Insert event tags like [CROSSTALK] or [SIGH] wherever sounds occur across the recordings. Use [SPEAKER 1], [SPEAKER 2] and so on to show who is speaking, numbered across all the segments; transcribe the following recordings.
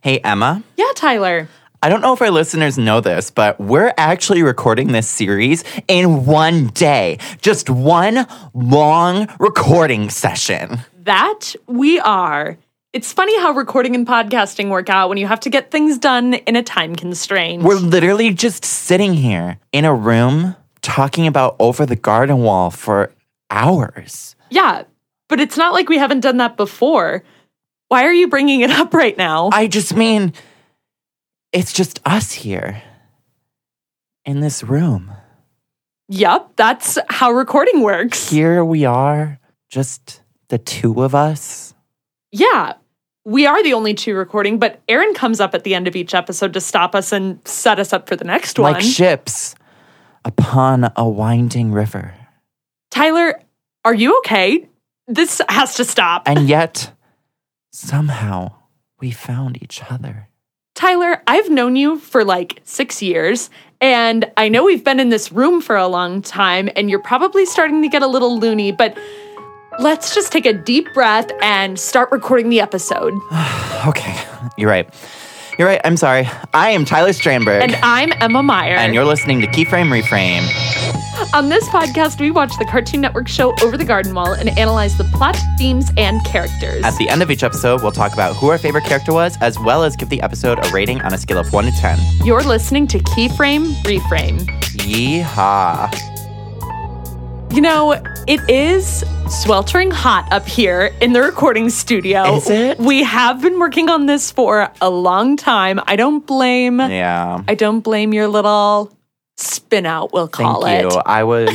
[SPEAKER 1] Hey, Emma.
[SPEAKER 2] Yeah, Tyler.
[SPEAKER 1] I don't know if our listeners know this, but we're actually recording this series in one day, just one long recording session.
[SPEAKER 2] That we are. It's funny how recording and podcasting work out when you have to get things done in a time constraint.
[SPEAKER 1] We're literally just sitting here in a room talking about Over the Garden Wall for hours.
[SPEAKER 2] yeah, but it's not like we haven't done that before. Why are you bringing it up right now?
[SPEAKER 1] I just mean, it's just us here in this room.
[SPEAKER 2] Yup, that's how recording works.
[SPEAKER 1] Here we are, just the two of us.
[SPEAKER 2] Yeah, we are the only two recording, but Aaron comes up at the end of each episode to stop us and set us up for the next one.
[SPEAKER 1] like ships upon a winding river.
[SPEAKER 2] Tyler, are you okay? This has to stop.
[SPEAKER 1] And yet, somehow, we found each other.
[SPEAKER 2] Tyler, I've known you for like six years, and I know we've been in this room for a long time, and you're probably starting to get a little loony, but let's just take a deep breath and start recording the episode.
[SPEAKER 1] Okay, [LAUGHS] you're right. You're right. I'm sorry. I am Tyler Strandberg.
[SPEAKER 2] And I'm Emma Meyer.
[SPEAKER 1] and you're listening to Keyframe Reframe.
[SPEAKER 2] On this podcast, we watch the Cartoon Network show Over the Garden Wall and analyze the plot, themes, and characters.
[SPEAKER 1] At the end of each episode, we'll talk about who our favorite character was, as well as give the episode a rating on a scale of 1 to 10.
[SPEAKER 2] You're listening to Keyframe Reframe.
[SPEAKER 1] Yeehaw.
[SPEAKER 2] You know, it is sweltering hot up here in the recording studio.
[SPEAKER 1] Is it?
[SPEAKER 2] We have been working on this for a long time. I don't blame
[SPEAKER 1] Yeah.
[SPEAKER 2] I don't blame your little spin out, we'll
[SPEAKER 1] Thank
[SPEAKER 2] call
[SPEAKER 1] you.
[SPEAKER 2] it.
[SPEAKER 1] I was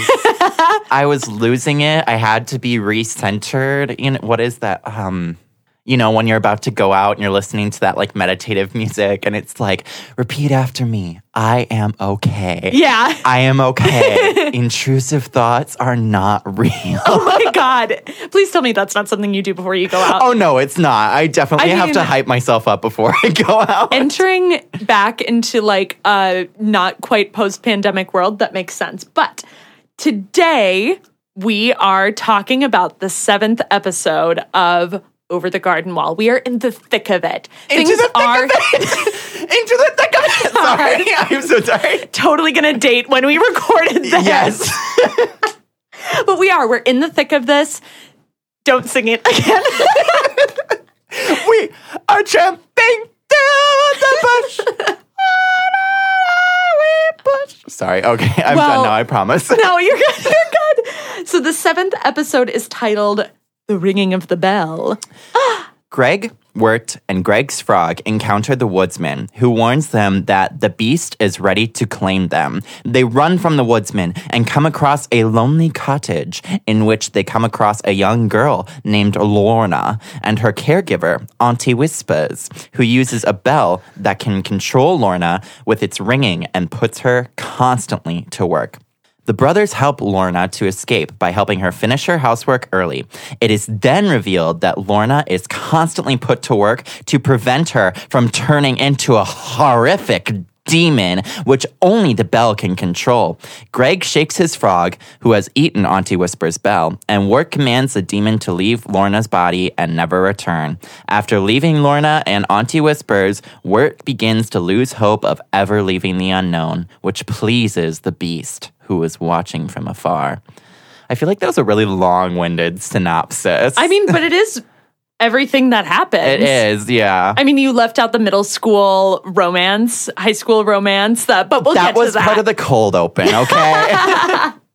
[SPEAKER 1] I was losing it. I had to be recentered. You know what is that? Um, you know, when you're about to go out and you're listening to that like meditative music and it's like, repeat after me. I am okay.
[SPEAKER 2] Yeah. [LAUGHS]
[SPEAKER 1] I am okay. Intrusive thoughts are not real. [LAUGHS]
[SPEAKER 2] Oh my god. Please tell me that's not something you do before you go out.
[SPEAKER 1] Oh no, it's not. I definitely
[SPEAKER 2] I
[SPEAKER 1] have to
[SPEAKER 2] mean-
[SPEAKER 1] hype myself up before I go out.
[SPEAKER 2] Entering back into like a not quite post-pandemic world that makes sense. But today we are talking about the 7th episode of Over the Garden Wall. We are in the thick of it.
[SPEAKER 1] Into
[SPEAKER 2] Things
[SPEAKER 1] the thick of
[SPEAKER 2] are
[SPEAKER 1] [LAUGHS] Into the thick of it. Sorry. [LAUGHS] I'm so sorry.
[SPEAKER 2] [LAUGHS] totally going to date when we recorded this.
[SPEAKER 1] Yes.
[SPEAKER 2] But we are. We're in the thick of this. Don't sing it again.
[SPEAKER 1] We are tramping through the bush. Ah, Sorry. Okay, I'm
[SPEAKER 2] Well-
[SPEAKER 1] done now. I promise. [LAUGHS]
[SPEAKER 2] no, [LAUGHS] you're good. You're good. So the 7th episode is titled The Ringing of the Bell.
[SPEAKER 1] Greg, Wirt, and Greg's frog encounter the woodsman, who warns them that the beast is ready to claim them. They run from the woodsman and come across a lonely cottage in which they come across a young girl named Lorna and her caregiver, Auntie Whispers, who uses a bell that can control Lorna with its ringing and puts her constantly to work. The brothers help Lorna to escape by helping her finish her housework early. It is then revealed that Lorna is constantly put to work to prevent her from turning into a horrific demon, which only the bell can control. Greg shakes his frog, who has eaten Auntie Whisper's bell, and Work commands the demon to leave Lorna's body and never return. After leaving Lorna and Auntie Whispers, Wirt begins to lose hope of ever leaving the unknown, which pleases the beast who is watching from afar. I feel like that was a really long winded synopsis.
[SPEAKER 2] I mean, but it is everything that happens.
[SPEAKER 1] it is, yeah.
[SPEAKER 2] I mean, you left out the middle school romance, high school romance, that, but we'll
[SPEAKER 1] that
[SPEAKER 2] get
[SPEAKER 1] was
[SPEAKER 2] to that.
[SPEAKER 1] part of the cold open,
[SPEAKER 2] [LAUGHS]
[SPEAKER 1] okay? [LAUGHS]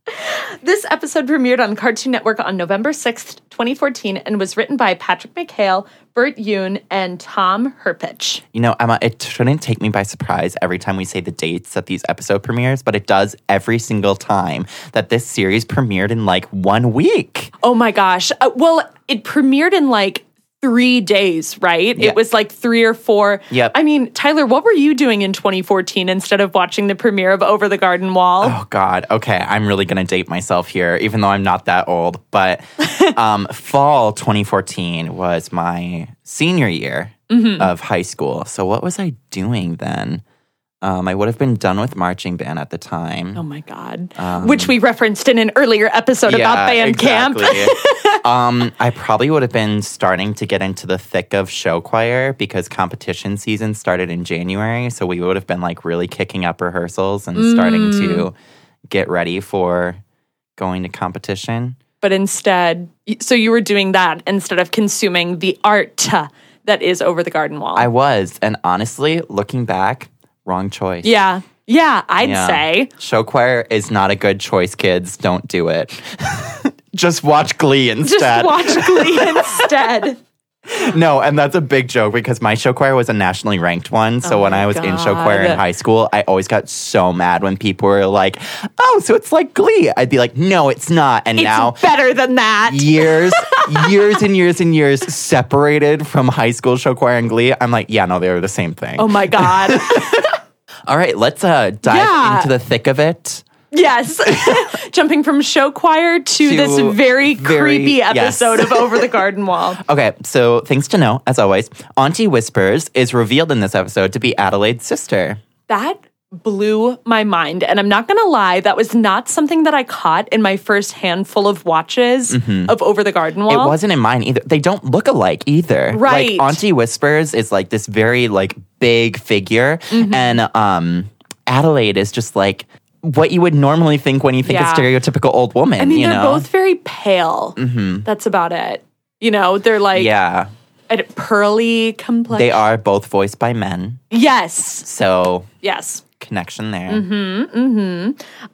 [SPEAKER 2] this episode premiered on Cartoon Network on November 6th, 2014, and was written by Patrick McHale, Bert Yoon, and Tom Herpich.
[SPEAKER 1] you know, Emma, it shouldn't take me by surprise every time we say the dates that these episode premieres, but it does every single time that this series premiered in like one week.
[SPEAKER 2] Oh my gosh. Uh, well, it premiered in like three days, right?
[SPEAKER 1] Yeah.
[SPEAKER 2] It was like three or four.
[SPEAKER 1] Yep.
[SPEAKER 2] I mean, Tyler, what were you doing in 2014 instead of watching the premiere of Over the Garden Wall?
[SPEAKER 1] Oh God. Okay, I'm really gonna date myself here, even though I'm not that old. But um, fall 2014 was my senior year of high school. So what was I doing then? Um, I would have been done with marching band at the time.
[SPEAKER 2] Oh my God.
[SPEAKER 1] Um,
[SPEAKER 2] Which we referenced in an earlier episode about band camp. [LAUGHS]
[SPEAKER 1] camp. um, I probably would have been starting to get into the thick of show choir because competition season started in January. So we would have been like really kicking up rehearsals and starting
[SPEAKER 2] Mm.
[SPEAKER 1] to get ready for going to competition.
[SPEAKER 2] But instead, so you were doing that instead of consuming the art that is over the garden wall.
[SPEAKER 1] I was. And honestly, looking back, wrong choice.
[SPEAKER 2] yeah. Yeah, I'd
[SPEAKER 1] Yeah.
[SPEAKER 2] say.
[SPEAKER 1] Show choir is not a good choice, kids. Don't do it. [LAUGHS] Just watch Glee
[SPEAKER 2] Just
[SPEAKER 1] instead.
[SPEAKER 2] watch Glee [LAUGHS] instead.
[SPEAKER 1] No, and that's a big joke because my show choir was a nationally ranked one. So
[SPEAKER 2] Oh
[SPEAKER 1] when
[SPEAKER 2] my
[SPEAKER 1] I was in show choir in
[SPEAKER 2] God.
[SPEAKER 1] high school, I always got so mad when people were like, "Oh, so it's like Glee." I'd be like, "No, it's not." And
[SPEAKER 2] It's
[SPEAKER 1] now
[SPEAKER 2] better than that. [LAUGHS]
[SPEAKER 1] years, years and years and years separated from high school show choir and Glee, I'm like, "Yeah, no, they were the same thing."
[SPEAKER 2] Oh
[SPEAKER 1] [LAUGHS]
[SPEAKER 2] my God.
[SPEAKER 1] All right, let's uh, dive
[SPEAKER 2] Yeah.
[SPEAKER 1] into the thick of it.
[SPEAKER 2] Yes. [LAUGHS] Jumping from show choir to,
[SPEAKER 1] To
[SPEAKER 2] this
[SPEAKER 1] very-
[SPEAKER 2] very, creepy
[SPEAKER 1] yes.
[SPEAKER 2] episode of Over the Garden Wall.
[SPEAKER 1] [LAUGHS] Okay, so things to know, as always, Auntie Whispers is revealed in this episode to be Adelaide's sister.
[SPEAKER 2] That blew my mind. And I'm not going to lie, that was not something that I caught in my first handful of watches of Over the Garden Wall.
[SPEAKER 1] Mm-hmm. It wasn't in mine either. They don't look alike either.
[SPEAKER 2] Right.
[SPEAKER 1] Like Auntie Whispers is like this very like big figure,
[SPEAKER 2] Mm-hmm.
[SPEAKER 1] and um, Adelaide is just like what you would normally think when you think
[SPEAKER 2] Yeah.
[SPEAKER 1] a stereotypical old woman.
[SPEAKER 2] I mean,
[SPEAKER 1] you
[SPEAKER 2] they're
[SPEAKER 1] know? Mm-hmm.
[SPEAKER 2] both very pale. That's about it. You know, they're like
[SPEAKER 1] yeah.
[SPEAKER 2] a pearly complexion.
[SPEAKER 1] They are both voiced by men,
[SPEAKER 2] Yes.
[SPEAKER 1] so
[SPEAKER 2] Yes.
[SPEAKER 1] connection there.
[SPEAKER 2] Mm-hmm.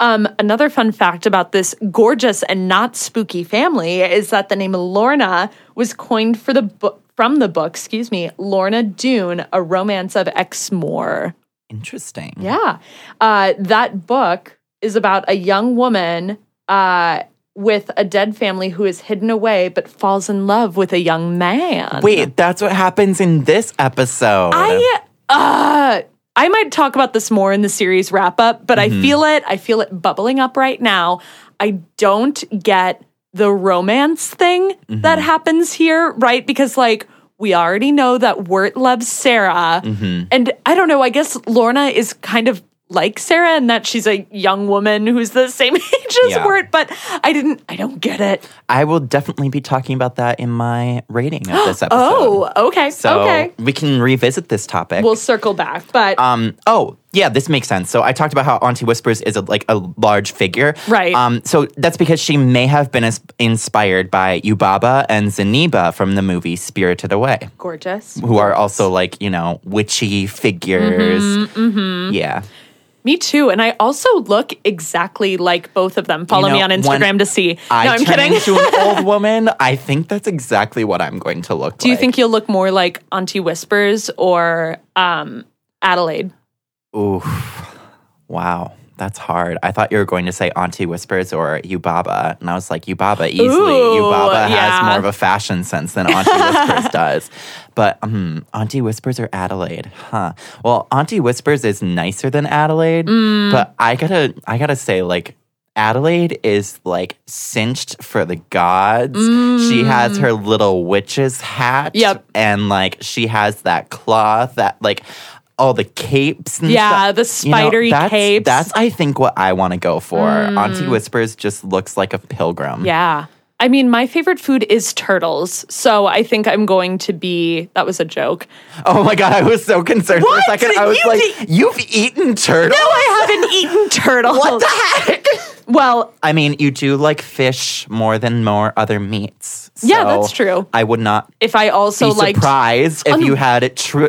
[SPEAKER 2] Um, another fun fact about this gorgeous and not spooky family is that the name Lorna was coined for the book from the book, excuse me, Lorna Doone, A Romance of Exmoor.
[SPEAKER 1] Interesting.
[SPEAKER 2] Yeah. Uh, that book is about a young woman uh, with a dead family who is hidden away but falls in love with a young man.
[SPEAKER 1] Wait, that's what happens in this episode.
[SPEAKER 2] I uh I might talk about this more in the series wrap up, but
[SPEAKER 1] Mm-hmm.
[SPEAKER 2] I feel it. I feel it bubbling up right now. I don't get the romance thing
[SPEAKER 1] Mm-hmm.
[SPEAKER 2] that happens here, right? Because like we already know that Wirt loves Sarah,
[SPEAKER 1] Mm-hmm.
[SPEAKER 2] and I don't know. I guess Lorna is kind of like Sarah in that she's a young woman who's the same [LAUGHS] age as
[SPEAKER 1] Yeah.
[SPEAKER 2] Wirt, but I didn't. I don't get it.
[SPEAKER 1] I will definitely be talking about that in my rating of this episode.
[SPEAKER 2] [GASPS] Oh, okay,
[SPEAKER 1] so
[SPEAKER 2] okay.
[SPEAKER 1] we can revisit this topic.
[SPEAKER 2] We'll circle back, but
[SPEAKER 1] Um, oh, yeah, this makes sense. So I talked about how Auntie Whispers is a, like a large figure.
[SPEAKER 2] Right.
[SPEAKER 1] Um, so that's because she may have been as- inspired by Yubaba and Zeniba from the movie Spirited Away,
[SPEAKER 2] gorgeous.
[SPEAKER 1] who are also like, you know, witchy figures.
[SPEAKER 2] Mm-hmm,
[SPEAKER 1] Yeah.
[SPEAKER 2] Me too. And I also look exactly like both of them. Follow
[SPEAKER 1] You know,
[SPEAKER 2] me on
[SPEAKER 1] when
[SPEAKER 2] Instagram to see.
[SPEAKER 1] I
[SPEAKER 2] no, I'm
[SPEAKER 1] turn
[SPEAKER 2] kidding.
[SPEAKER 1] into an
[SPEAKER 2] [LAUGHS]
[SPEAKER 1] old woman. I think that's exactly what I'm going to look like.
[SPEAKER 2] Do you think you'll look more like Auntie Whispers or um, Adelaide?
[SPEAKER 1] Wow. That's hard. I thought you were going to say Auntie Whispers or Yubaba. And I was like, Yubaba easily.
[SPEAKER 2] Ooh,
[SPEAKER 1] Yubaba
[SPEAKER 2] yeah.
[SPEAKER 1] has more of a fashion sense than
[SPEAKER 2] [LAUGHS]
[SPEAKER 1] Auntie Whispers does. But um, Auntie Whispers or Adelaide? Huh. Well, Auntie Whispers is nicer than Adelaide,
[SPEAKER 2] Mm.
[SPEAKER 1] but I gotta I gotta say, like, Adelaide is like cinched for the gods. She has her little witch's hat.
[SPEAKER 2] Mm. Yep.
[SPEAKER 1] And like she has that cloth that like all the capes and
[SPEAKER 2] Yeah,
[SPEAKER 1] stuff.
[SPEAKER 2] the spidery
[SPEAKER 1] that's,
[SPEAKER 2] capes. Mm.
[SPEAKER 1] That's I think what I want to go for. Auntie Whispers just looks like a pilgrim.
[SPEAKER 2] Yeah. I mean, my favorite food is turtles. So I think I'm going to be. That was a joke.
[SPEAKER 1] Oh my god, I was so concerned for a
[SPEAKER 2] What?
[SPEAKER 1] second. I was
[SPEAKER 2] You
[SPEAKER 1] like,
[SPEAKER 2] did-
[SPEAKER 1] "You've eaten turtle."
[SPEAKER 2] No,
[SPEAKER 1] [LAUGHS]
[SPEAKER 2] I haven't eaten turtles. What the heck? Well,
[SPEAKER 1] I mean, you do like fish more than more other meats.
[SPEAKER 2] Yeah,
[SPEAKER 1] so
[SPEAKER 2] that's true.
[SPEAKER 1] I would not
[SPEAKER 2] if I also
[SPEAKER 1] be
[SPEAKER 2] like. um,
[SPEAKER 1] surprised if you had it tr-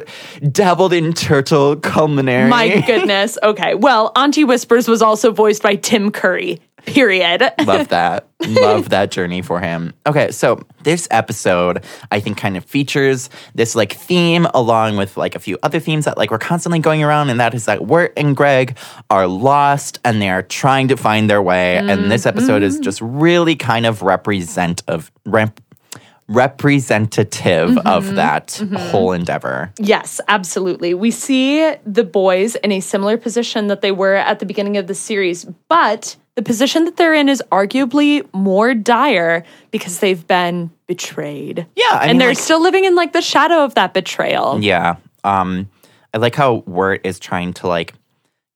[SPEAKER 1] dabbled in turtle culinary.
[SPEAKER 2] My goodness. Okay. Well, Auntie Whispers was also voiced by Tim Curry, period.
[SPEAKER 1] [LAUGHS] Love that. Love that journey for him. Okay, so this episode, I think, kind of features this like theme along with like a few other themes that like we're constantly going around, and that is that Wirt and Greg are lost and they are trying to find their way. And this episode is just really kind of represent of rep- representative of that whole endeavor.
[SPEAKER 2] Yes, absolutely. We see the boys in a similar position that they were at the beginning of the series, but the position that they're in is arguably more dire because they've been betrayed.
[SPEAKER 1] Yeah, I
[SPEAKER 2] and
[SPEAKER 1] mean,
[SPEAKER 2] they're
[SPEAKER 1] like-
[SPEAKER 2] still living in like the shadow of that betrayal.
[SPEAKER 1] Yeah. Um, I like how Wirt is trying to like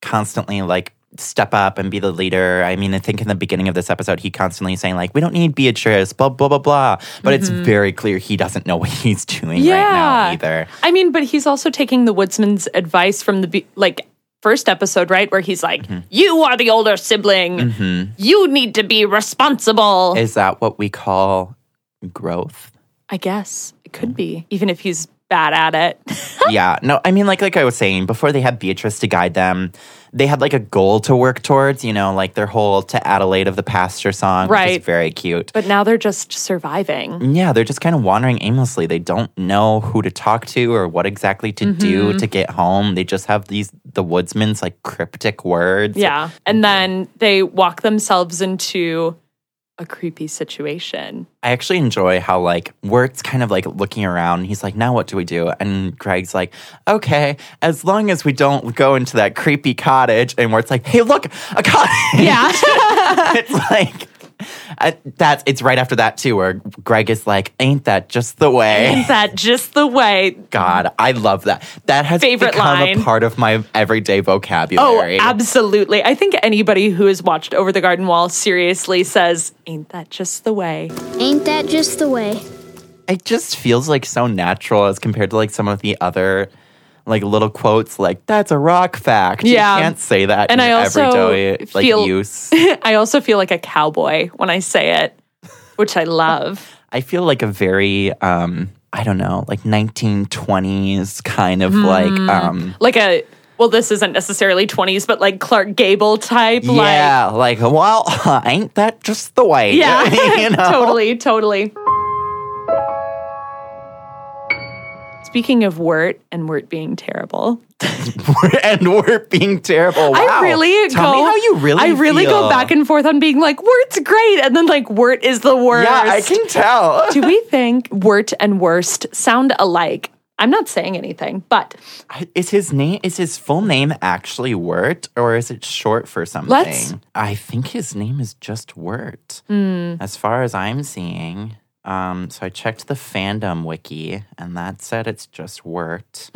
[SPEAKER 1] constantly like step up and be the leader. I mean, I think in the beginning of this episode, he constantly is saying like, "We don't need Beatrice," blah blah blah blah. But it's very clear he doesn't know what he's [LAUGHS] doing right now
[SPEAKER 2] Mm-hmm. Yeah.
[SPEAKER 1] either.
[SPEAKER 2] I mean, but he's also taking the woodsman's advice from the be- like first episode, right, where he's like,
[SPEAKER 1] Mm-hmm.
[SPEAKER 2] "You are the older sibling. You need to be responsible."
[SPEAKER 1] Is that what we call growth?
[SPEAKER 2] I guess it could be, even if he's bad at it. [LAUGHS]
[SPEAKER 1] yeah. No, I mean, like like I was saying before, they had Beatrice to guide them. They had like a goal to work towards. You know, like their whole "To Adelaide of the Pasture" song, which
[SPEAKER 2] Right.
[SPEAKER 1] is very cute.
[SPEAKER 2] but now they're just surviving.
[SPEAKER 1] Yeah, they're just kind of wandering aimlessly. They don't know who to talk to or what exactly to
[SPEAKER 2] Mm-hmm.
[SPEAKER 1] do to get home. They just have these the woodsman's like cryptic words.
[SPEAKER 2] Yeah. And then they walk themselves into a creepy situation.
[SPEAKER 1] I actually enjoy how like Wirt's kind of like looking around. He's like, now what do we do? And Greg's like, okay, as long as we don't go into that creepy cottage. And Wirt's like, hey, look, a cottage.
[SPEAKER 2] [LAUGHS] Yeah.
[SPEAKER 1] [LAUGHS] it's like I, that's it's right after that too, where Greg is like, ain't that just the way?
[SPEAKER 2] Is that just the way?
[SPEAKER 1] God, I love that. That has
[SPEAKER 2] Favorite
[SPEAKER 1] become a
[SPEAKER 2] line.
[SPEAKER 1] part of my everyday
[SPEAKER 2] Oh,
[SPEAKER 1] vocabulary.
[SPEAKER 2] absolutely. I think anybody who has watched Over the Garden Wall seriously says, Ain't that just the way? [LAUGHS]
[SPEAKER 3] Ain't that just the way?
[SPEAKER 1] it just feels like so natural as compared to like some of the other like little quotes like that's a rock fact.
[SPEAKER 2] Yeah.
[SPEAKER 1] You can't say that
[SPEAKER 2] And
[SPEAKER 1] in
[SPEAKER 2] I also
[SPEAKER 1] everyday like
[SPEAKER 2] feel- [LAUGHS]
[SPEAKER 1] use.
[SPEAKER 2] I also feel like a cowboy when I say it, which I love.
[SPEAKER 1] I feel like a very um I don't know, like 1920s kind
[SPEAKER 2] Hmm.
[SPEAKER 1] of like um
[SPEAKER 2] Like a, well, this isn't necessarily 20s, but like Clark Gable type. Like,
[SPEAKER 1] yeah, like, well, [LAUGHS] ain't that just the way?
[SPEAKER 2] Yeah,
[SPEAKER 1] [LAUGHS]
[SPEAKER 2] [LAUGHS]
[SPEAKER 1] you know?
[SPEAKER 2] totally, totally. Speaking of Wirt and Wirt being terrible,
[SPEAKER 1] and we're being terrible. Wow.
[SPEAKER 2] I really
[SPEAKER 1] Tell
[SPEAKER 2] go.
[SPEAKER 1] me how you really.
[SPEAKER 2] I really
[SPEAKER 1] feel.
[SPEAKER 2] go back and forth on being like Wirt's great, and then like Wirt is the worst.
[SPEAKER 1] Yeah, I can tell. [LAUGHS]
[SPEAKER 2] Do we think Wirt and worst sound alike? I'm not saying anything, but
[SPEAKER 1] Is his name is his full name actually Wirt or is it short for something? I think his name is just Wirt. As far as I'm seeing. Um, so I checked the fandom wiki and that said it's just Wirt.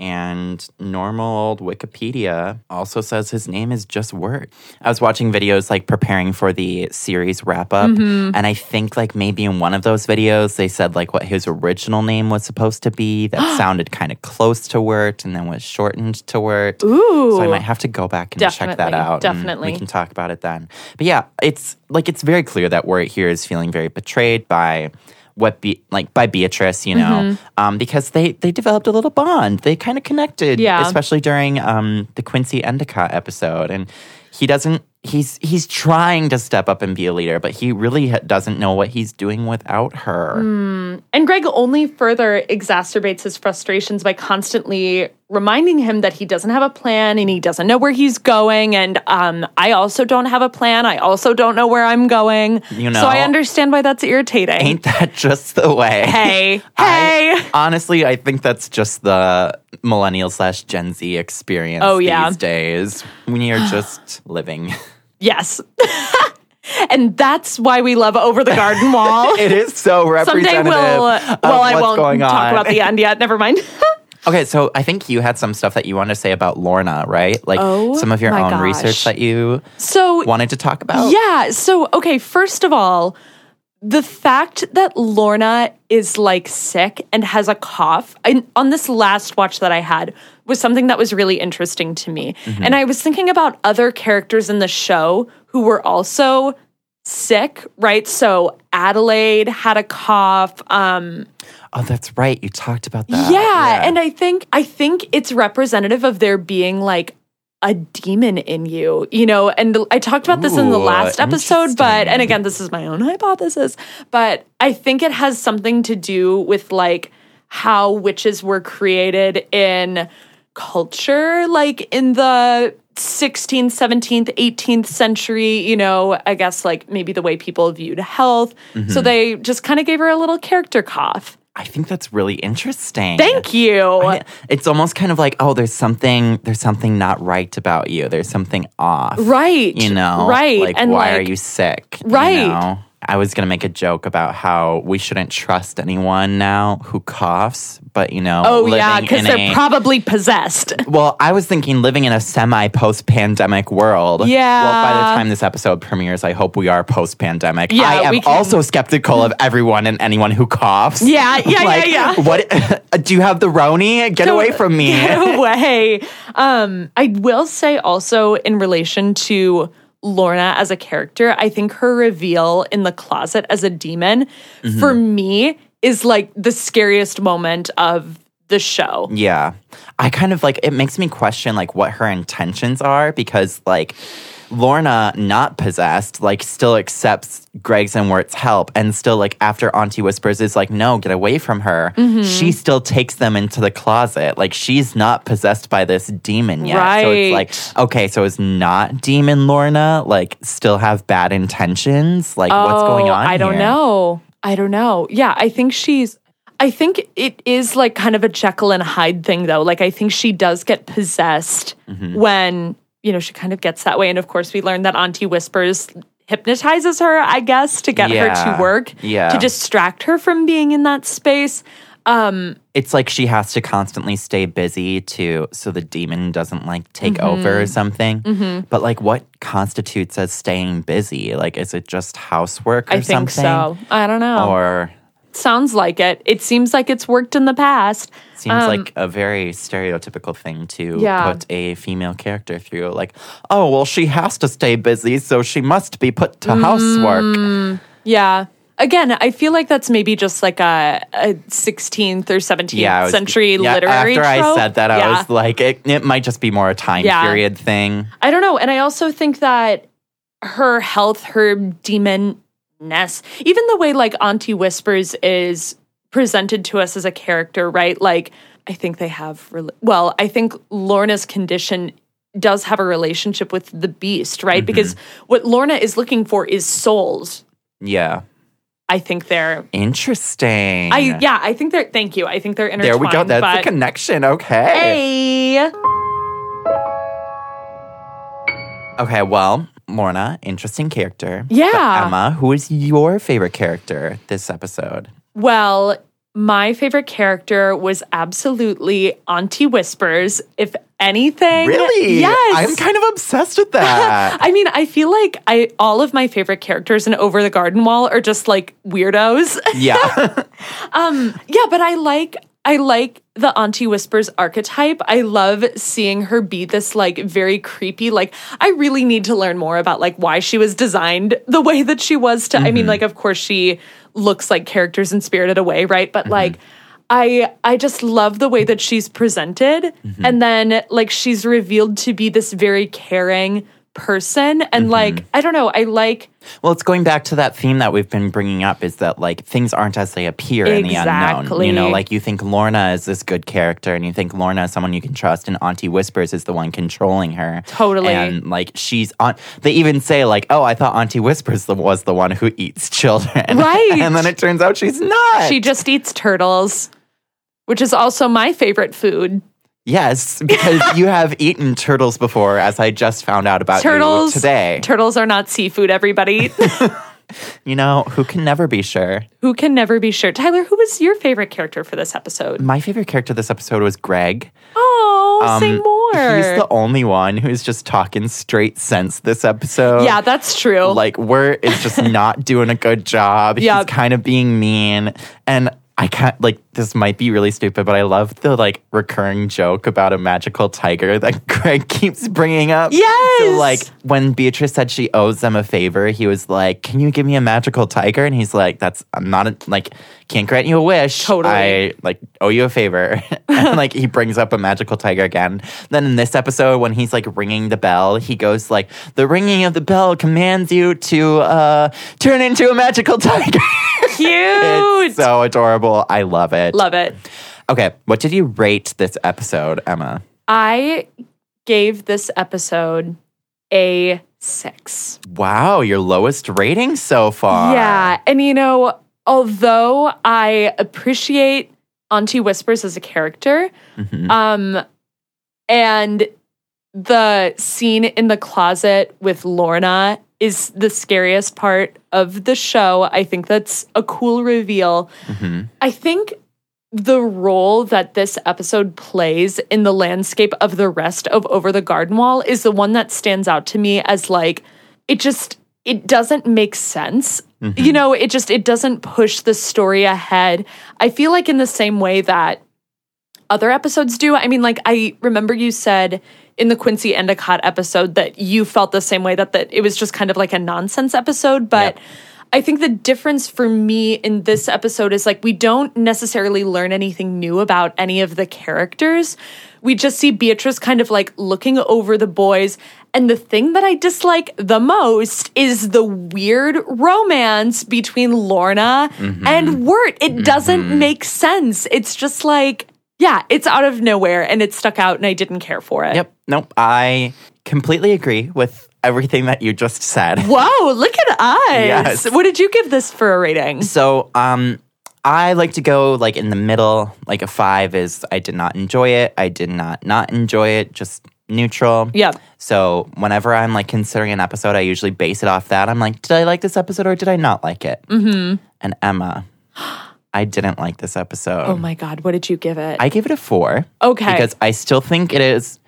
[SPEAKER 1] And normal old Wikipedia also says his name is just Wirt. I was watching videos like preparing for the series wrap up,
[SPEAKER 2] Mm-hmm.
[SPEAKER 1] and I think like maybe in one of those videos they said like what his original name was supposed to be
[SPEAKER 2] [GASPS]
[SPEAKER 1] that sounded kind of close to Wirt and then was shortened to Wirt.
[SPEAKER 2] ooh,
[SPEAKER 1] So I might have to go back and check that
[SPEAKER 2] Definitely,
[SPEAKER 1] out. and
[SPEAKER 2] definitely.
[SPEAKER 1] we can talk about it then. But yeah, it's like it's very clear that Wirt here is feeling very betrayed by what be like by Beatrice, you know,
[SPEAKER 2] Mm-hmm.
[SPEAKER 1] um, because they they developed a little bond. They kind of connected,
[SPEAKER 2] Yeah.
[SPEAKER 1] especially during um, the Quincy Endicott episode, and he doesn't. He's he's trying to step up and be a leader, but he really ha- doesn't know what he's doing without her.
[SPEAKER 2] Mm. And Greg only further exacerbates his frustrations by constantly reminding him that he doesn't have a plan and he doesn't know where he's going. And um, I also don't have a plan. I also don't know where I'm going.
[SPEAKER 1] You know.
[SPEAKER 2] so I understand why that's irritating.
[SPEAKER 1] Ain't that just the way?
[SPEAKER 2] [LAUGHS] hey, hey.
[SPEAKER 1] I- honestly, I think that's just the millennial slash Gen Z experience
[SPEAKER 2] Oh, yeah.
[SPEAKER 1] these days. When you're just living.
[SPEAKER 2] yes. [LAUGHS] and that's why we love Over the
[SPEAKER 1] [LAUGHS]
[SPEAKER 2] Garden
[SPEAKER 1] [LAUGHS]
[SPEAKER 2] Wall.
[SPEAKER 1] It is so
[SPEAKER 2] Someday
[SPEAKER 1] representative
[SPEAKER 2] we'll.
[SPEAKER 1] of
[SPEAKER 2] Well, I
[SPEAKER 1] what's
[SPEAKER 2] won't
[SPEAKER 1] going on.
[SPEAKER 2] talk about [LAUGHS] the end yet. Never mind.
[SPEAKER 1] Okay, so I think you had some stuff that you wanted to say about Lorna, right? Like
[SPEAKER 2] Oh,
[SPEAKER 1] some of your
[SPEAKER 2] my
[SPEAKER 1] own
[SPEAKER 2] gosh.
[SPEAKER 1] research that you
[SPEAKER 2] so
[SPEAKER 1] wanted to talk about.
[SPEAKER 2] Yeah. So, okay, first of all, the fact that Lorna is like sick and has a cough and on this last watch that I had was something that was really interesting to me. And I was thinking about other characters in the show who were also sick, right? So Adelaide had a cough. Um,
[SPEAKER 1] Oh, that's right. You talked about that.
[SPEAKER 2] yeah, and I think I think it's representative of there being like a demon in you, you know. And I talked about this in the
[SPEAKER 1] Ooh,
[SPEAKER 2] last episode, but
[SPEAKER 1] interesting.
[SPEAKER 2] and again, this is my own hypothesis, but I think it has something to do with like how witches were created in culture, like in the 16th, 17th, 18th century, you know, I guess like maybe the way people viewed health. So they just kind of gave her a little character cough.
[SPEAKER 1] I think that's really interesting.
[SPEAKER 2] Thank you.
[SPEAKER 1] Yeah, It's almost kind of like, oh, there's something there's something not right about you. There's something off.
[SPEAKER 2] Right.
[SPEAKER 1] You know?
[SPEAKER 2] Right.
[SPEAKER 1] Like
[SPEAKER 2] and
[SPEAKER 1] why
[SPEAKER 2] like,
[SPEAKER 1] are you sick? you
[SPEAKER 2] Right.
[SPEAKER 1] know? I was going to make a joke about how we shouldn't trust anyone now who coughs, but you know,
[SPEAKER 2] Oh yeah,
[SPEAKER 1] living
[SPEAKER 2] because
[SPEAKER 1] in
[SPEAKER 2] they're
[SPEAKER 1] a-
[SPEAKER 2] probably possessed. [LAUGHS]
[SPEAKER 1] Well, I was thinking living in a semi post pandemic world.
[SPEAKER 2] Yeah.
[SPEAKER 1] Well, by the time this episode premieres, I hope we are post pandemic.
[SPEAKER 2] Yeah,
[SPEAKER 1] I am
[SPEAKER 2] we can-
[SPEAKER 1] also skeptical of everyone and anyone who coughs.
[SPEAKER 2] Yeah, yeah, yeah,
[SPEAKER 1] like,
[SPEAKER 2] yeah.
[SPEAKER 1] What? [LAUGHS] Do you have the Roni? Get away from me.
[SPEAKER 2] Get
[SPEAKER 1] [LAUGHS]
[SPEAKER 2] away. Um, I will say also in relation to Lorna as a character, I think her reveal in the closet as a demon for
[SPEAKER 1] Mm-hmm.
[SPEAKER 2] me is like the scariest moment of the show.
[SPEAKER 1] Yeah. I kind of like it makes me question like what her intentions are because like Lorna not possessed like still accepts Greg's and Wert's help and still like after Auntie whispers is like no get away from her
[SPEAKER 2] Mm-hmm.
[SPEAKER 1] she still takes them into the closet like she's not possessed by this demon yet so it's
[SPEAKER 2] Right.
[SPEAKER 1] like okay so is not demon Lorna like still have bad intentions like what's going
[SPEAKER 2] Oh,
[SPEAKER 1] on
[SPEAKER 2] I don't
[SPEAKER 1] here?
[SPEAKER 2] know. I don't know. Yeah, I think she's. I think it is like kind of a Jekyll and Hyde thing, though. Like, I think she does get possessed
[SPEAKER 1] Mm-hmm.
[SPEAKER 2] when, you know, she kind of gets that way. And of course, we learned that Auntie Whispers hypnotizes her, I guess, to get her
[SPEAKER 1] Yeah.
[SPEAKER 2] to work,
[SPEAKER 1] Yeah.
[SPEAKER 2] to distract her from being in that space.
[SPEAKER 1] it's like she has to constantly stay busy to so the demon doesn't like take
[SPEAKER 2] Mm-hmm.
[SPEAKER 1] over or something. But like, what constitutes as staying busy? Like, is it just housework or
[SPEAKER 2] I think
[SPEAKER 1] something?
[SPEAKER 2] so. Um, I don't know.
[SPEAKER 1] Or
[SPEAKER 2] Sounds like it. It seems like it's worked in the past.
[SPEAKER 1] seems like a very stereotypical thing to
[SPEAKER 2] um, Yeah.
[SPEAKER 1] put a female character through. Like, oh well, she has to stay busy, so she must be put to
[SPEAKER 2] Mm.
[SPEAKER 1] housework.
[SPEAKER 2] Yeah. Again, I feel like that's maybe just like a, a 16th or 17th
[SPEAKER 1] Yeah, I was-
[SPEAKER 2] century
[SPEAKER 1] yeah,
[SPEAKER 2] literary
[SPEAKER 1] After I
[SPEAKER 2] trope.
[SPEAKER 1] said that, I
[SPEAKER 2] Yeah.
[SPEAKER 1] was like, it, it might just be more a time
[SPEAKER 2] Yeah.
[SPEAKER 1] period thing.
[SPEAKER 2] I don't know. And I also think that her health, her demonness, even the way like Auntie Whispers is presented to us as a character, right? Like, I think they have, rela- well, I think Lorna's condition does have a relationship with the beast,
[SPEAKER 1] Mm-hmm.
[SPEAKER 2] right? Because what Lorna is looking for is souls.
[SPEAKER 1] Yeah,
[SPEAKER 2] I think they're
[SPEAKER 1] interesting.
[SPEAKER 2] I yeah, I think they're. Thank you. I think they're
[SPEAKER 1] There
[SPEAKER 2] intertwined.
[SPEAKER 1] we go. That's
[SPEAKER 2] but,
[SPEAKER 1] the connection. Okay.
[SPEAKER 2] Hey.
[SPEAKER 1] Okay. Well, Lorna, interesting character. But
[SPEAKER 2] Yeah.
[SPEAKER 1] Emma, who is your favorite character this episode?
[SPEAKER 2] Well, my favorite character was absolutely Auntie Whispers. If anything,
[SPEAKER 1] Really?
[SPEAKER 2] Yes.
[SPEAKER 1] I'm kind of obsessed with
[SPEAKER 2] [LAUGHS]
[SPEAKER 1] that.
[SPEAKER 2] I mean, I feel like I all of my favorite characters in Over the Garden Wall are just like weirdos. [LAUGHS]
[SPEAKER 1] yeah.
[SPEAKER 2] yeah, but I like I like the Auntie Whispers archetype. I love seeing her be this like very creepy. Like I really need to learn more about like why she was designed the way that she was to I mean like of course she looks like characters in Spirited Away, right? But like I I just love the way that she's presented and then like she's revealed to be this very caring person and like I don't know, I like
[SPEAKER 1] Well, it's going back to that theme that we've been bringing up is that like things aren't as they appear in the unknown. You know,
[SPEAKER 2] Exactly.
[SPEAKER 1] like you think Lorna is this good character and you think Lorna is someone you can trust and Auntie Whispers is the one controlling her.
[SPEAKER 2] Totally.
[SPEAKER 1] And like she's on they even say like, "Oh, I thought Auntie Whispers the- was the one who eats children." [LAUGHS]
[SPEAKER 2] Right.
[SPEAKER 1] and then it turns out she's not.
[SPEAKER 2] she just eats turtles, which is also my favorite food. [LAUGHS]
[SPEAKER 1] Yes, because you have eaten turtles before, as I just found out about you
[SPEAKER 2] turtles
[SPEAKER 1] today.
[SPEAKER 2] Turtles are not seafood,
[SPEAKER 1] [LAUGHS]
[SPEAKER 2] everybody.
[SPEAKER 1] you know, who can never be sure?
[SPEAKER 2] who can never be sure? Tyler, who was your favorite character for this episode?
[SPEAKER 1] My favorite character this episode was Greg.
[SPEAKER 2] Oh, say more.
[SPEAKER 1] Um, He's the only one who's just talking straight sense this episode.
[SPEAKER 2] yeah, that's true.
[SPEAKER 1] uh, [LAUGHS] Like, Wirt is
[SPEAKER 2] [LAUGHS]
[SPEAKER 1] just not doing a good job.
[SPEAKER 2] Yeah.
[SPEAKER 1] He's kind of being mean. And I can't, like, this might be really stupid, but I love the, like, recurring joke about a magical tiger that [LAUGHS] Greg keeps bringing up. So,
[SPEAKER 2] Yes!
[SPEAKER 1] like, when Beatrice said she owes them a favor, he was like, Can you give me a magical tiger? And he's like, That's, I'm not, a, like, can't grant you a wish.
[SPEAKER 2] Totally.
[SPEAKER 1] I, like, owe you a favor. [LAUGHS] and,
[SPEAKER 2] [LAUGHS]
[SPEAKER 1] like, he brings up a magical tiger again. Then in this episode, when he's, like, ringing the bell, he goes, like, The ringing of the bell commands you to uh, turn into a magical [LAUGHS] tiger.
[SPEAKER 2] Cute.
[SPEAKER 1] it's uh, so adorable. I love it.
[SPEAKER 2] Love it.
[SPEAKER 1] okay. What did you rate this episode, Emma?
[SPEAKER 2] I gave this episode a six.
[SPEAKER 1] Wow, your lowest rating so far.
[SPEAKER 2] Yeah. And you know, although I appreciate Auntie Whispers as a character, um, and the scene in the closet with Lorna is the scariest part of the show. I think that's a cool reveal.
[SPEAKER 1] Mm-hmm,
[SPEAKER 2] I think the role that this episode plays in the landscape of the rest of Over the Garden Wall is the one that stands out to me as like it just it doesn't make sense.
[SPEAKER 1] mm-hmm.
[SPEAKER 2] You know, it just it doesn't push the story ahead. I feel like in the same way that other episodes do. I mean, like I remember you said in the Quincy Endicott episode that you felt the same way that that it was just kind of like a nonsense episode, but
[SPEAKER 1] Yep.
[SPEAKER 2] I think the difference for me in this episode is like we don't necessarily learn anything new about any of the characters. We just see Beatrice kind of like looking over the boys. And the thing that I dislike the most is the weird romance between Lorna and Wirt. It doesn't make sense. It's just like, yeah, it's out of nowhere and it stuck out and I didn't care for it.
[SPEAKER 1] Yep. Nope. I completely agree with everything that you just said.
[SPEAKER 2] Whoa, look at us.
[SPEAKER 1] Yes.
[SPEAKER 2] What did you give this for a
[SPEAKER 1] [LAUGHS]
[SPEAKER 2] rating?
[SPEAKER 1] So, um, I like to go like in the middle. Like a five is I did not enjoy it. I did not not enjoy it. Just neutral.
[SPEAKER 2] Yep.
[SPEAKER 1] So whenever I'm like considering an episode, I usually base it off that. I'm like, did I like this episode or did I not like it? Mm-hmm. And Emma, [GASPS] I didn't like this episode.
[SPEAKER 2] Oh my God, what did you give it?
[SPEAKER 1] I gave it a four.
[SPEAKER 2] Okay.
[SPEAKER 1] Because I still think it is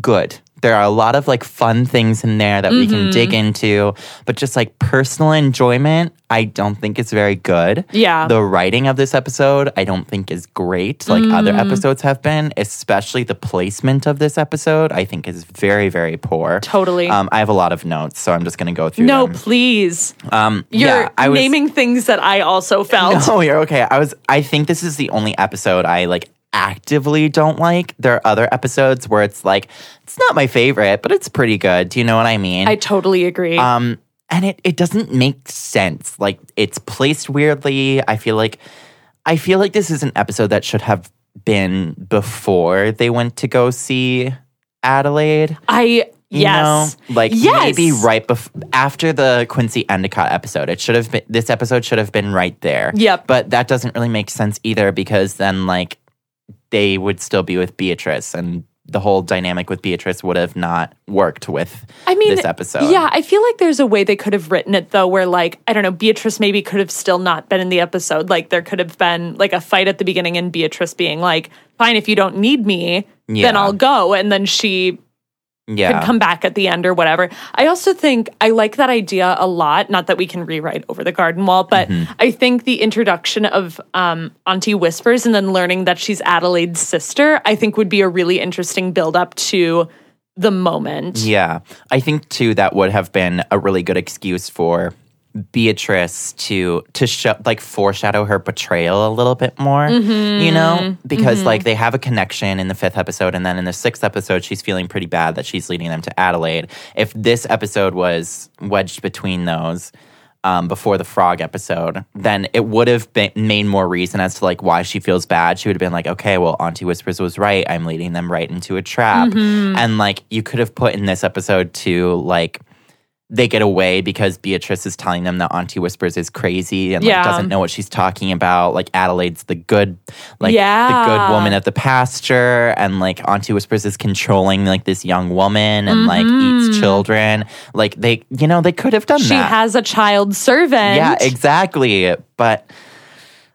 [SPEAKER 1] good. There are a lot of like fun things in there that we
[SPEAKER 2] Mm-hmm.
[SPEAKER 1] can dig into, but just like personal enjoyment, I don't think it's very good.
[SPEAKER 2] Yeah.
[SPEAKER 1] The writing of this episode, I don't think is great, like other
[SPEAKER 2] Mm.
[SPEAKER 1] episodes have been, especially the placement of this episode, I think is very, very poor.
[SPEAKER 2] Totally.
[SPEAKER 1] Um, I have a lot of notes, so I'm just going to go through
[SPEAKER 2] no,
[SPEAKER 1] them.
[SPEAKER 2] please.
[SPEAKER 1] Um,
[SPEAKER 2] You're
[SPEAKER 1] yeah, I was,
[SPEAKER 2] naming things that I also
[SPEAKER 1] [LAUGHS]
[SPEAKER 2] felt.
[SPEAKER 1] No, you're okay. I was. I think this is the only episode I like actively don't like. There are other episodes where it's like it's not my favorite, but it's pretty good. Do you know what I mean?
[SPEAKER 2] I totally agree.
[SPEAKER 1] um, and it it doesn't make sense. Like it's placed weirdly. I feel like I feel like this is an episode that should have been before they went to go see Adelaide.
[SPEAKER 2] I
[SPEAKER 1] You
[SPEAKER 2] yes.
[SPEAKER 1] know? Like
[SPEAKER 2] Yes.
[SPEAKER 1] maybe right bef- after the Quincy Endicott episode. It should have been this episode should have been right there.
[SPEAKER 2] Yep.
[SPEAKER 1] But that doesn't really make sense either because then like they would still be with Beatrice and the whole dynamic with Beatrice would have not worked with
[SPEAKER 2] I mean,
[SPEAKER 1] this episode.
[SPEAKER 2] Yeah, I feel like there's a way they could have written it though, where like I don't know, Beatrice maybe could have still not been in the episode. Like there could have been like a fight at the beginning, and Beatrice being like, "Fine, if you don't need me, then
[SPEAKER 1] Yeah.
[SPEAKER 2] I'll go," and then she
[SPEAKER 1] Yeah.
[SPEAKER 2] could come back at the end or whatever. I also think I like that idea a lot. Not that we can rewrite over the garden wall, but
[SPEAKER 1] Mm-hmm.
[SPEAKER 2] I think the introduction of um, Auntie Whispers and then learning that she's Adelaide's sister, I think would be a really interesting build up to the moment.
[SPEAKER 1] Yeah. I think too that would have been a really good excuse for Beatrice to to show like foreshadow her betrayal a little bit more, you know, because like they have a connection in the fifth episode, and then in the sixth episode, she's feeling pretty bad that she's leading them to Adelaide. If this episode was wedged between those, um, before the frog episode, then it would have been made more reason as to like why she feels bad. She would have been like, okay, well, Auntie Whispers was right. I'm leading them right into a trap,
[SPEAKER 2] Mm-hmm.
[SPEAKER 1] and like you could have put in this episode to like they get away because Beatrice is telling them that Auntie Whispers is crazy and like,
[SPEAKER 2] Yeah.
[SPEAKER 1] doesn't know what she's talking about. Like Adelaide's the good, like the
[SPEAKER 2] Yeah.
[SPEAKER 1] good woman at the pasture, and like Auntie Whispers is controlling like this young woman and like eats children. Like they, you know, they could have done
[SPEAKER 2] Mm-hmm. She
[SPEAKER 1] that.
[SPEAKER 2] has a child servant.
[SPEAKER 1] yeah, exactly. But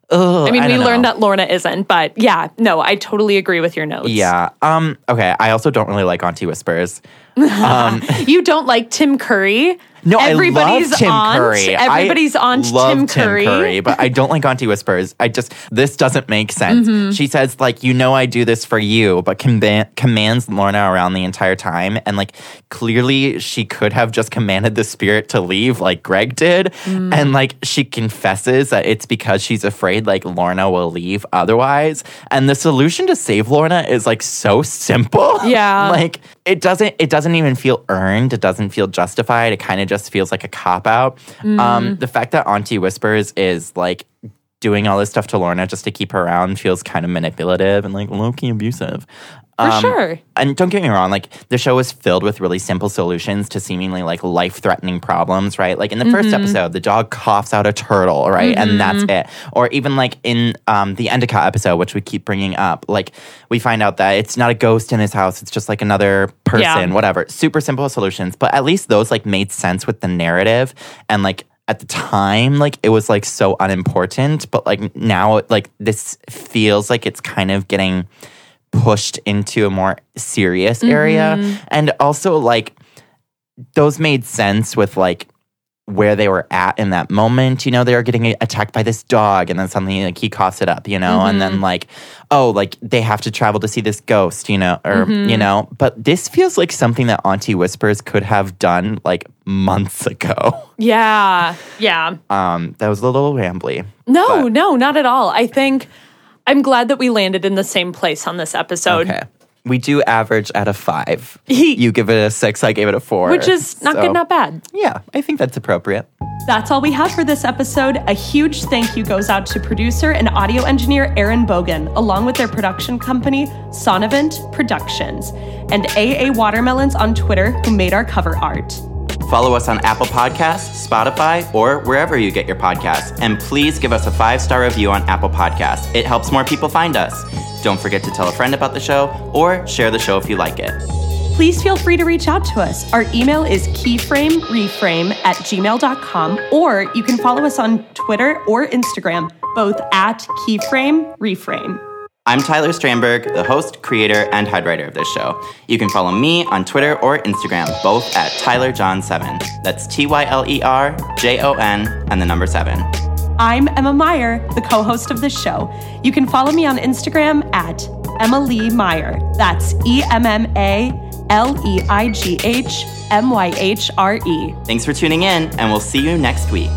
[SPEAKER 1] ugh,
[SPEAKER 2] I mean, we
[SPEAKER 1] don't
[SPEAKER 2] learned
[SPEAKER 1] know.
[SPEAKER 2] that Lorna isn't, but yeah, no, I totally agree with your notes.
[SPEAKER 1] Yeah. Um. Okay. I also don't really like Auntie Whispers. Um.
[SPEAKER 2] You don't like Tim Curry.
[SPEAKER 1] No,
[SPEAKER 2] everybody's
[SPEAKER 1] I love Tim
[SPEAKER 2] aunt,
[SPEAKER 1] Curry. I
[SPEAKER 2] Everybody's aunt
[SPEAKER 1] love
[SPEAKER 2] Tim Curry.
[SPEAKER 1] but I don't like Auntie Whispers. I just this doesn't make sense.
[SPEAKER 2] Mm-hmm.
[SPEAKER 1] She says like, you know, I do this for you, but com- commands Lorna around the entire time, and like clearly she could have just commanded the spirit to leave, like Greg did,
[SPEAKER 2] Mm.
[SPEAKER 1] and like she confesses that it's because she's afraid like Lorna will leave otherwise, and the solution to save Lorna is like so simple. [LAUGHS]
[SPEAKER 2] Yeah.
[SPEAKER 1] like like it doesn't it doesn't even feel earned it doesn't feel justified it kind of just feels like a cop out um the fact that auntie whispers is like doing all this stuff to Lorna just to keep her around feels kind of manipulative and like low key abusive.
[SPEAKER 4] For
[SPEAKER 1] Um,
[SPEAKER 4] sure.
[SPEAKER 1] And don't get me wrong, like the show is filled with really simple solutions to seemingly like life threatening problems, right? Like in the first episode, the dog coughs out a turtle, right? And that's it. Or even like in um, the Endicott episode, which we keep bringing up, like we find out that it's not a ghost in his house, it's just like another person, whatever. Super simple solutions, but at least those like made sense with the narrative and like at the time like it was like so unimportant but like now like this feels like it's kind of getting pushed into a more serious area. And also, like, those made sense with like where they were at in that moment. You know, they were getting a- attacked by this dog, and then suddenly, like, he coughs it up, you know, and
[SPEAKER 4] Mm-hmm.
[SPEAKER 1] then, like, oh, like they have to travel to see this ghost, you know, or,
[SPEAKER 4] Mm-hmm.
[SPEAKER 1] you know, but this feels like something that Auntie Whispers could have done like months [LAUGHS] ago.
[SPEAKER 4] Yeah. Yeah.
[SPEAKER 1] Um, that was a little rambly.
[SPEAKER 4] No, no, not at all. I think I'm glad that we landed in the same place on this episode,
[SPEAKER 1] Okay. We do average out of five. you give it a six, I gave it a four.
[SPEAKER 4] which is not
[SPEAKER 1] So-
[SPEAKER 4] good, not bad.
[SPEAKER 1] Yeah, I think that's appropriate.
[SPEAKER 4] That's all we have for this episode. A huge thank you goes out to producer and audio engineer Aaron Bogan, along with their production company, Sonavent Productions, and AA Watermelons on Twitter, who made our cover art.
[SPEAKER 1] Follow us on Apple Podcasts, Spotify, or wherever you get your podcasts. And please give us a five star review on Apple Podcasts. It helps more people find us. Don't forget to tell a friend about the show or share the show if you like it.
[SPEAKER 4] Please feel free to reach out to us. Our email is keyframereframe at gmail.com, or you can follow us on Twitter or Instagram, both at keyframe reframe.
[SPEAKER 1] I'm Tyler Strandberg, the host, creator, and head writer of this show. You can follow me on Twitter or Instagram, both at TylerJohn7. That's T Y L E R J O N and the number seven.
[SPEAKER 4] I'm Emma Meyer, the co host of this show. You can follow me on Instagram at Emma Lee Meyer. That's E M M A L E I G H M Y E. H R E.
[SPEAKER 1] Thanks for tuning in, and we'll see you next week.